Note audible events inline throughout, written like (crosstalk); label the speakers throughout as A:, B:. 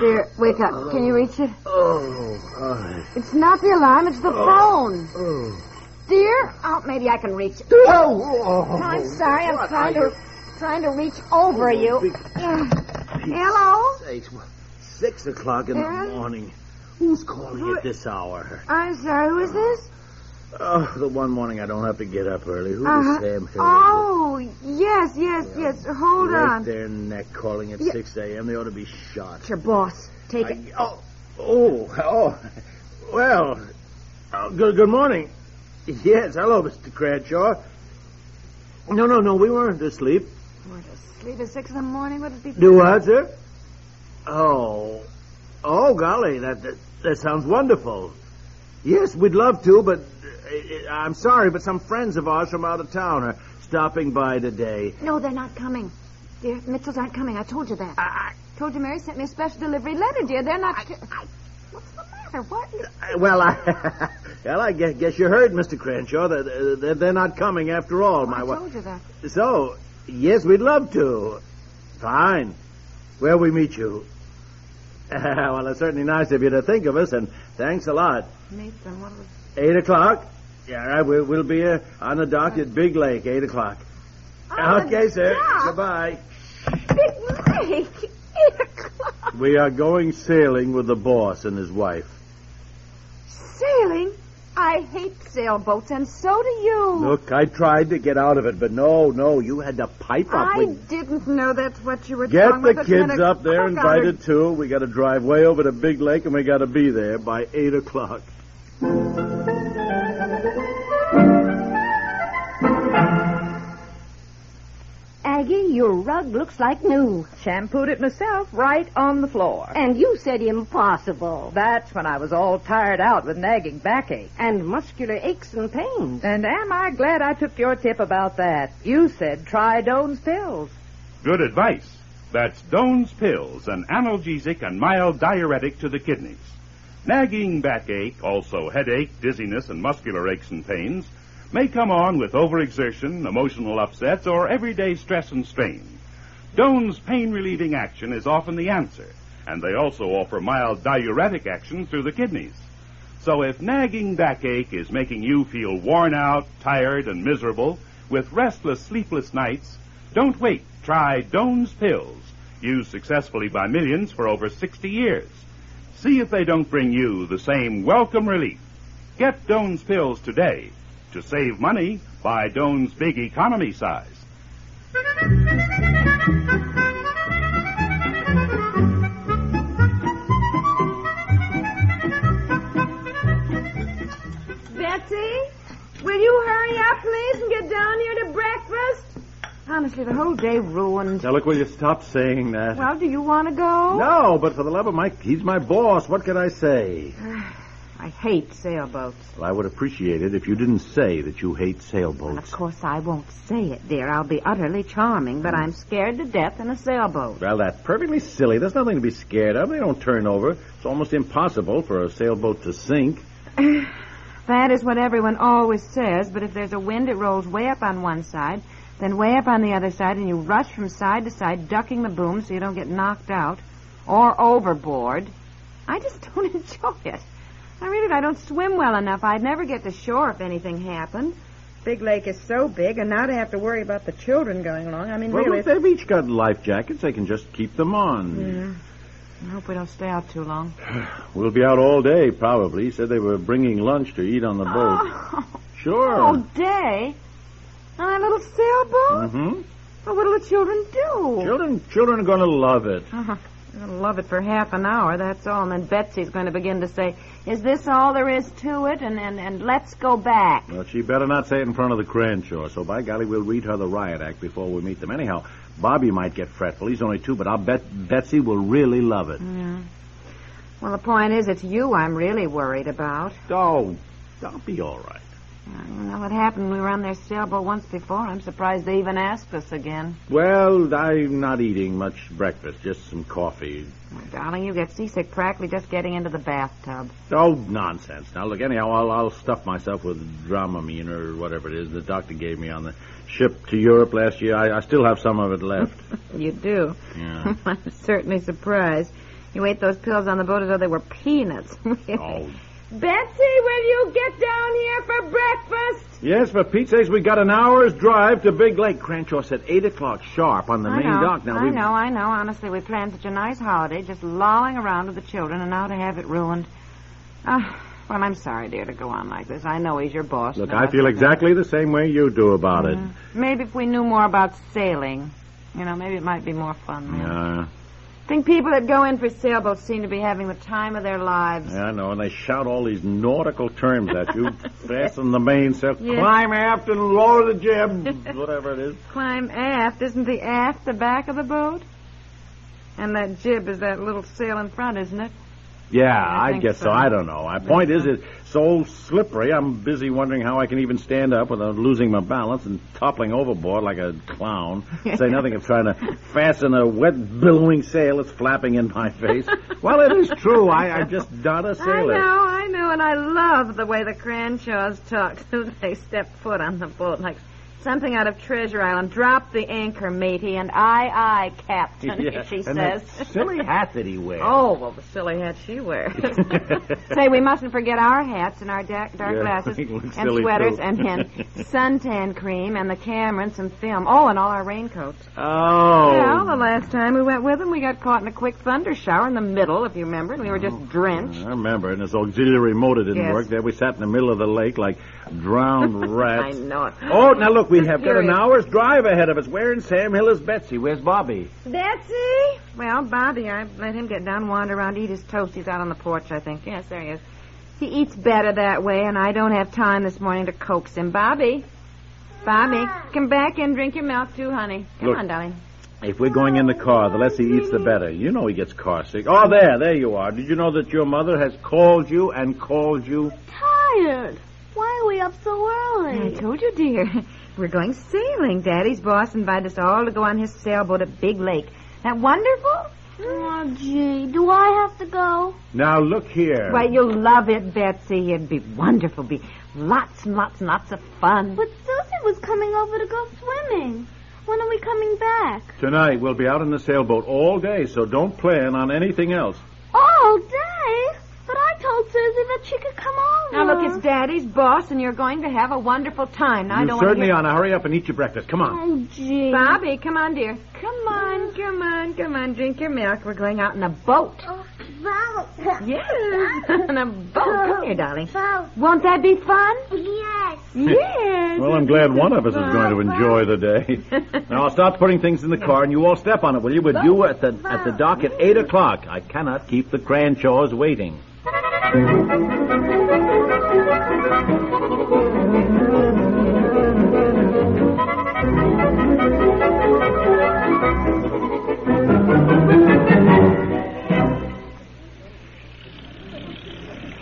A: Dear, wake up. Can you reach it?
B: Oh, I.
A: It's not the alarm, it's the phone. Dear? Oh, maybe I can reach it.
B: Oh, oh,
A: No, I'm sorry. I'm
B: what
A: trying
B: are
A: to trying to reach over you. Yeah. Hello?
B: sakes, what- Six o'clock in
A: Huh?
B: the morning. Who's calling at this hour?
A: I'm sorry. Who is this?
B: Oh, the one morning I don't have to get up early. Who
A: Uh-huh.
B: is Sam Hill?
A: Oh, yes, yes, yes. Hold
B: Break
A: on.
B: their neck calling at
A: Yeah.
B: 6 a.m. They ought to be shot.
A: It's your boss. Take it.
B: I- oh, oh, oh. Well, oh, good, good morning. Yes, hello, Mr. Cranshaw. No, no, no, we weren't asleep.
A: We're to sleep at six in the morning. Would it be?
B: Do what, sir? Oh, oh, golly, that that, that sounds wonderful. Yes, we'd love to, but uh, I'm sorry, but some friends of ours from out of town are stopping by today.
A: No, they're not coming. Dear, Mitchells aren't coming. I told you that.
B: I,
A: told you Mary sent me a special delivery letter, dear. They're not. What's the matter? What?
B: I, well, I, (laughs) well, I guess, guess you heard, Mister Crenshaw. That they're, they're not coming after all. my
A: I
B: wa-
A: told you that.
B: So, yes, we'd love to. Fine. Where we meet you. (laughs) well, it's certainly nice of you to think of us, and thanks a lot.
A: Nathan, what was?
B: Eight o'clock? Yeah, all right. We'll, we'll be uh, on the dock at Big Lake, eight o'clock. Ah, okay, sir. Goodbye.
A: (laughs) Big Lake. Eight o'clock.
B: We are going sailing with the boss and his wife.
A: Sailing? I hate sailboats, and so do you.
B: Look, I tried to get out of it, but no, no, you had to pipe up.
A: I
B: We-
A: didn't know that's what you were
B: Get
A: talking
B: the
A: about.
B: kids up. They're
A: They're
B: invited too. We got to drive way over to Big Lake, and we got to be there by eight o'clock.
C: Aggie, your rug looks like new.
D: Shampooed it myself right on the floor.
C: And you said impossible.
D: That's when I was all tired out with nagging backache.
C: And muscular aches and pains.
D: And am I glad I took your tip about that? You said try Doane's pills.
E: Good advice. That's Doane's Pills, an analgesic and mild diuretic to the kidneys. Nagging backache, also headache, dizziness, and muscular aches and pains, may come on with overexertion, emotional upsets, or everyday stress and strain. Doane's pain relieving action is often the answer, and they also offer mild diuretic action through the kidneys. So if nagging backache is making you feel worn out, tired, and miserable, with restless, sleepless nights, don't wait. Try Doane's Pills, used successfully by millions for over 60 years. See if they don't bring you the same welcome relief. Get Doane's Pills today. To save money, buy Doane's Big Economy size.
A: Betsy, will you hurry up, please, and get down here to breakfast? Honestly, the whole day ruined.
B: Now, look, will you stop saying that?
A: Well, do you want to go?
B: No, but for the love of Mike, he's my boss. What can I say?
A: I hate sailboats.
B: Well, I would appreciate it if you didn't say that you hate
A: Well, of
B: sailboats.
A: course, I won't say it, dear. I'll be utterly charming, but I'm scared to death in a sailboat.
B: Well, that's perfectly silly. There's nothing to be scared of. They don't turn over. It's almost impossible for a sailboat to sink.
A: That is what everyone always says, but if there's a wind, it rolls way up on one side, then way up on the other side, and you rush from side to side, ducking the boom so you don't get knocked out or overboard. I just (laughs) don't enjoy it. I really, I don't swim well enough. I'd never get to shore if anything happened. Big Lake is so big, and now to have to worry about the children going along. I mean,
B: Well,
A: really,
B: look, they've each got life jackets. They can just keep them on.
A: I hope we don't stay out too long.
B: We'll be out all day, probably. He said they were bringing lunch to eat on the boat.
A: (laughs)
B: Sure.
A: all day on that little sailboat?
B: hmm
A: Well, what'll the children do?
B: Children, children are going to love it.
A: Uh-huh. They're gonna love it for half an hour, that's all. And then Betsy's going to begin to say, Is this all there is to it? And, and, and let's go back.
B: Well, she better not say it in front of the Crenshaw, so by golly, we'll read her the riot act before we meet them. Anyhow, Bobby might get fretful. He's only two, but I'll bet Betsy will really love it.
A: Well, the point is, it's you I'm really worried about.
B: Oh, I'll be all right.
A: I don't know what happened. We were on their sailboat once before. I'm surprised they even asked us again.
B: Well, I'm not eating much breakfast, just some coffee.
A: Oh, darling, you get seasick practically just getting into the bathtub.
B: Oh, nonsense. Now, look, anyhow, I'll, I'll stuff myself with Dramamine or whatever it is the doctor gave me on the ship to Europe last year. I, I still have some of it left.
A: You do.
B: Yeah.
A: (laughs) I'm certainly surprised. You ate those pills on the boat as though they were peanuts. (laughs)
B: Oh.
C: Betsy, will you get down here for breakfast?
B: Yes, for Pete's sakes, we got an hour's drive to Big Lake. Crenshaw said 8 o'clock sharp on the
A: I
B: main
A: know.
B: dock. Now,
A: I
B: we've-
A: know, I know. Honestly, we planned such a nice holiday, just lolling around with the children, and now to have it ruined. Ah, well, I'm sorry, dear, to go on like this. I know he's your boss.
B: Look,
A: and
B: I
A: that's
B: feel
A: the-
B: exactly the same way you do about it.
A: Maybe if we knew more about sailing, you know, maybe it might be more fun. then.
B: Yeah,
A: I think people that go in for sailboats seem to be having the time of their lives.
B: yeah, I know. And they shout all these nautical terms
E: (laughs)
B: at you. Fasten the mainsail,
A: Yeah.
B: climb aft, and lower the jib, whatever
C: (laughs)
B: it is.
A: Climb aft. Isn't the aft the back of the boat? And that jib is that little sail in front, isn't it?
B: Yeah,
A: I
B: I,
A: think
B: guess so.
A: so.
B: I don't know. My point is, it's so slippery. I'm busy wondering how I can even stand up without losing my balance and toppling overboard like a clown.
A: (laughs)
B: Say nothing of trying to fasten a wet, billowing sail that's flapping in
A: (laughs)
B: my face. well, it is true. I, I'm just not a sailor.
A: I know, I know, and I love the way the Cranshaws talk (laughs) soon as they step foot on the boat, like something out of Treasure Island. Drop the anchor, matey, and aye, aye, Captain,
B: (laughs) (laughs)
A: (laughs)
B: Yeah,
A: she
B: and
A: says.
B: (laughs) That silly hat that he wears.
A: Oh, well, the silly hat she
B: (laughs)
A: wears. Say, we mustn't forget our hats and our da- dark
B: Yeah, (laughs)
A: glasses
B: we look
A: and
B: silly,
A: sweaters
B: too.
A: and,
B: (laughs)
A: and suntan cream and the camera and some film. Oh, and all our raincoats.
B: Oh.
A: Well, the last time we went with them, we got caught in a quick thunder shower in the middle, if you remember, and we were just drenched.
B: I remember, and this auxiliary motor Oh, didn't
A: Yes.
B: work. There we sat in the middle of the lake like
A: (laughs)
B: drowned
A: I
B: rats.
A: know it.
B: Oh, now look, we have got an
A: Furious.
B: hour's drive ahead of us. Where in Sam Hill is Betsy? Where's Bobby?
C: Betsy?
A: Well, Bobby, I let him get down, wander around, eat his toast. He's out on the porch, I think. Yes, there he is. He eats better that way, and I don't have time this morning to coax him. Bobby, Bobby, come back and drink your milk too, honey. Come
B: Look.
A: on, darling.
B: If we're going in the car, the less he eats, the better. You know he gets car sick. Oh, there, there you are. Did you know that your mother has called you and called you?
C: Tired. Why are we up so
A: I
C: early?
A: told you, dear. (laughs) We're going sailing. Daddy's boss invited us all to go on his sailboat at Big Lake. That wonderful?
C: Oh, gee, do I have to go?
B: Now look here.
A: Why, you'll love it, Betsy. It'd be wonderful. Be lots and lots and lots of fun.
C: But Susie was coming over to go swimming. When are we coming back?
B: Tonight we'll be out in the sailboat all day, so don't plan on anything else.
C: All day? But I told Susie that she could come over.
A: Now, look, it's Daddy's boss, and you're going to have a wonderful time. Now, I
B: you
A: don't
B: certainly
A: want
B: are. Now hurry up and eat your breakfast. Come
A: (laughs)
B: on.
C: Oh,
A: to
C: gee.
A: hear... Bobby, come on, dear. Come on, come on, come on. Drink your milk. We're going out in a boat.
C: Oh, Val.
A: Yes, (laughs)
C: (laughs)
A: in a boat. Come here, darling.
C: Val.
A: Won't that be fun?
C: Yes.
A: Yes.
B: (laughs) (laughs) Well, I'm glad one of us is going to enjoy the day. (laughs) now I'll start putting things in the car, and you all step on it, will you? But you at the at the dock at eight o'clock. I cannot keep the Cranshaws waiting.
A: (laughs)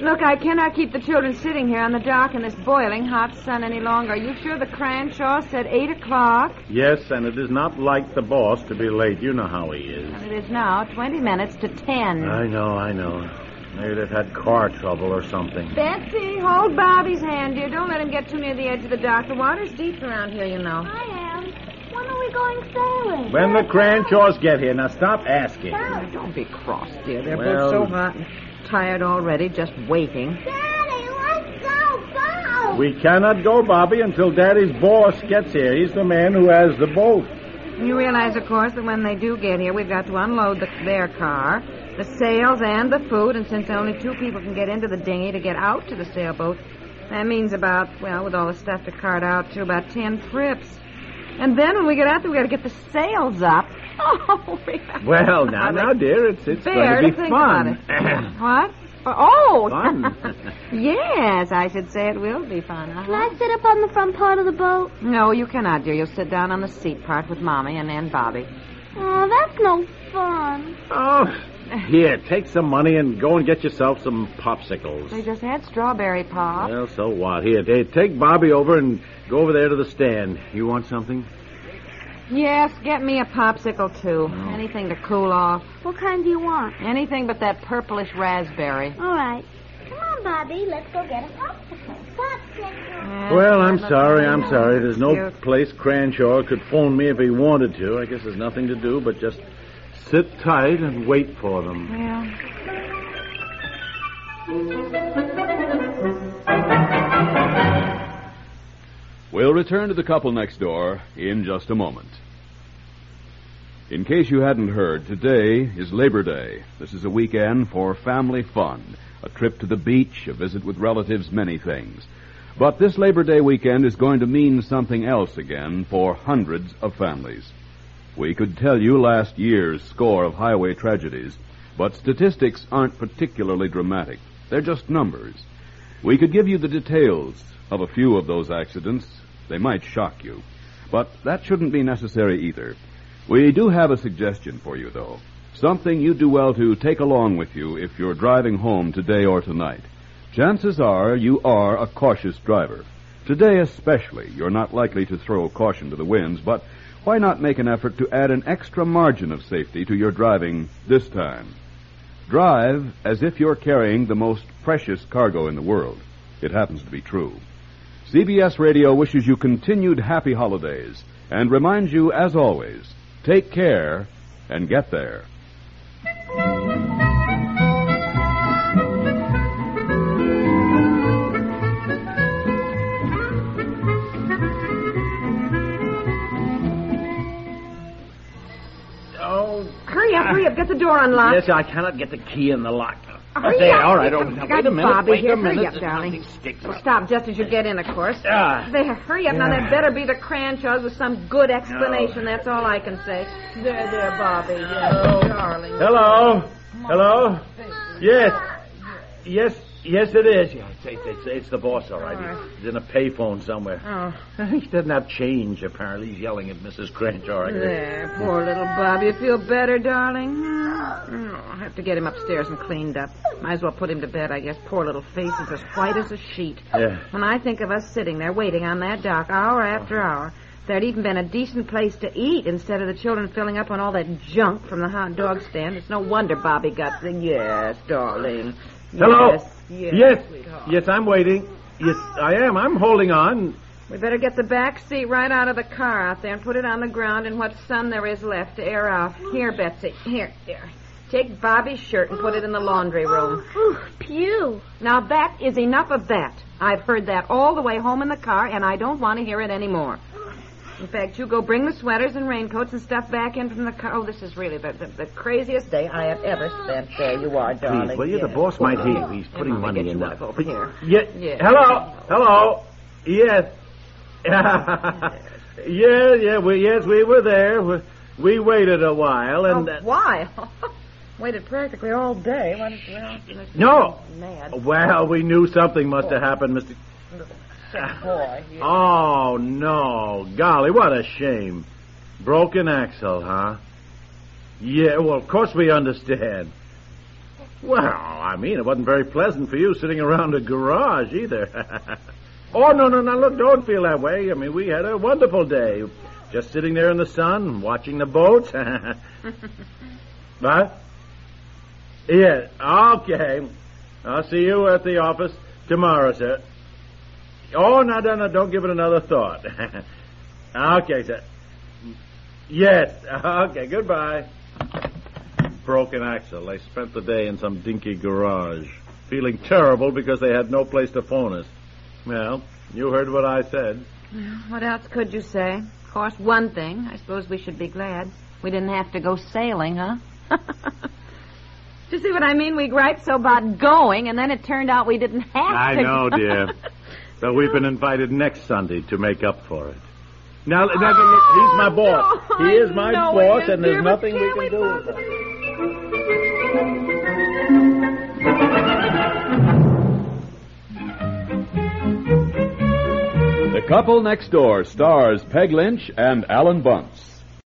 A: Look, I cannot keep the children sitting here on the dock in this boiling hot sun any longer. Are you sure the Cranshaw said 8 o'clock?
B: Yes, and it is not like the boss to be late. You know how he is.
A: It is now 20 minutes to 10.
B: I know, I know. Maybe they've had car trouble or something.
A: Betsy, hold Bobby's hand, dear. Don't let him get too near the edge of the dock. The water's deep around here, you know.
C: I am. When are we going sailing?
B: When the Cranshaws get here, now stop asking.
C: Val.
A: Oh, Don't be cross, dear. They're
B: Well-
A: both so hot and tired already, just waiting.
C: Daddy, let's go, Val.
B: We cannot go, Bobby, until Daddy's boss gets here. He's the man who has the boat.
A: You realize, of course, that when they do get here, we've got to unload the, their car, the sails, and the food. And since only two people can get into the dinghy to get out to the sailboat, that means about, well, with all the stuff to cart out, to about ten trips. And then when we get out there, we got to get the sails up. (laughs) Oh, we have
B: Well, now, now, dear, it's it's
A: Bear to
B: going to be
A: think
B: fun.
A: about (clears throat)
B: (clears throat)
A: it. what? Oh,
B: (laughs) fun.
A: yes, I should say it will be fun. Uh-huh.
C: Can I sit up on the front part of the boat?
A: No, you cannot, dear. You'll sit down on the seat part with Mommy and then Bobby.
C: Oh, that's no fun.
B: Oh, Here, take some money and go and get yourself some popsicles.
A: They just had strawberry pop.
B: Well, so what? Here, ta- take Bobby over and go over there to the stand. You want something?
A: Yes, get me a popsicle, too.
B: Oh.
A: Anything to cool off.
C: What kind do you want?
A: Anything but that purplish raspberry.
C: All right. Come on, Bobby. Let's go get a popsicle. Popsicle.
A: Yeah,
B: Well, I'm
A: that looks
B: sorry,
A: really
B: I'm
A: nice.
B: sorry. There's no
A: Cute.
B: place Cranshaw could phone me if he wanted to. I guess there's nothing to do but just sit tight and wait for them.
A: Yeah.
F: We'll return to the couple next door in just a moment. In case you hadn't heard, today is Labor Day. This is a weekend for family fun a trip to the beach, a visit with relatives, many things. But this Labor Day weekend is going to mean something else again for hundreds of families. We could tell you last year's score of highway tragedies, but statistics aren't particularly dramatic. They're just numbers. We could give you the details of a few of those accidents. They might shock you. But that shouldn't be necessary either. We do have a suggestion for you, though. Something you'd do well to take along with you if you're driving home today or tonight. Chances are you are a cautious driver. Today, especially, you're not likely to throw caution to the winds, but why not make an effort to add an extra margin of safety to your driving this time? Drive as if you're carrying the most precious cargo in the world. It happens to be true. CBS Radio wishes you continued happy holidays and reminds you, as always, take care and get there.
B: Oh,
A: Hurry up, hurry up. Get the door unlocked.
B: yes, I cannot get the key in the lock.
A: Uh, Hurry
B: there,
A: up.
B: all right,
A: Get
B: oh,
A: the-
B: now,
A: got
B: wait a minute,
A: Bobby
B: wait a
A: here.
B: minute,
A: Hurry up,
B: there's
A: darling.
B: nothing sticks.
A: Stop just as you get in, of course.
B: Ah.
A: There, hurry up. Now, that better be the Cranshaws with some good explanation. That's all I can say. There, there, Bobby. Yes, darling.
B: Hello? Hello? Yes. Yes, yes, it is. Yeah, it's, it's, it's, it's the boss, all right. He's in a payphone somewhere.
A: Oh, (laughs)
B: (laughs) He doesn't have change, apparently. He's yelling at Mrs. Crenshaw. I guess.
A: there, poor little Bobby. You feel better, darling? No, I'll have to get him upstairs and cleaned up. Might as well put him to bed, I guess. Poor little face is as white as a sheet.
B: Yeah.
A: When I think of us sitting there waiting on that dock hour after hour, there'd even been a decent place to eat instead of the children filling up on all that junk from the hot dog stand. It's no wonder Bobby got the yes, darling.
B: Hello?
A: Yes, yes,
B: yes,
A: sweetheart.
B: yes, I'm waiting. Yes, I am. I'm holding on.
A: We better get the back seat right out of the car out there and put it on the ground in what sun there is left to air out. Here, Betsy. Here, here. Take Bobby's shirt and put it in the laundry room.
C: Whew, pew.
A: Now that is enough of that. I've heard that all the way home in the car, and I don't want to hear it anymore. In fact, you go bring the sweaters and raincoats and stuff back in from the car. Oh, this is really the, the, the craziest day I have ever spent. There you are, darling.
B: Please, will you? The
A: Yes.
B: boss might hear you. He's
A: Here,
B: putting
A: Mama,
B: money
A: get
B: in
A: you
B: that.
A: up over here.
B: Ye-
A: Yes.
B: Hello, hello. Yes. (laughs) yeah, yeah, we, yes, we were there. We, we waited a while, and
A: oh, why? (laughs) Waited practically all day. Why did- well, Mr.
B: No.
A: Mad.
B: uh, well, we knew something must have happened, Mister.
A: Sick boy. you-
B: Oh no, golly, what a shame! Broken axle, huh? Yeah, well, of course we understand. Well, I mean, it wasn't very pleasant for you sitting around a garage either. (laughs) oh no, no, no! Look, don't feel that way. I mean, we had a wonderful day, just sitting there in the sun, watching the boats. (laughs) what? Yeah. Okay. I'll see you at the office tomorrow, sir. Oh, no, no, no, don't give it another thought. (laughs) okay, sir. Yes, (laughs) okay, goodbye. Broken axle. They spent the day in some dinky garage, feeling terrible because they had no place to phone us. Well, you heard what I said.
A: What else could you say? Of course, one thing. I suppose we should be glad. We didn't have to go sailing, huh? (laughs) Do you see what I mean? We griped so about going, and then it turned out we didn't have
B: I
A: to.
B: know, dear.
A: (laughs)
B: But we've been invited next Sunday to make up for it. Now, now look, he's my boss.
A: Oh, no,
B: he
A: I
B: is my
A: know it
B: boss,
A: is,
B: and there's
A: dear, but
B: nothing we
A: can't
B: can
A: we
B: do. about it.
F: The Couple Next Door stars Peg Lynch and Alan Bunce.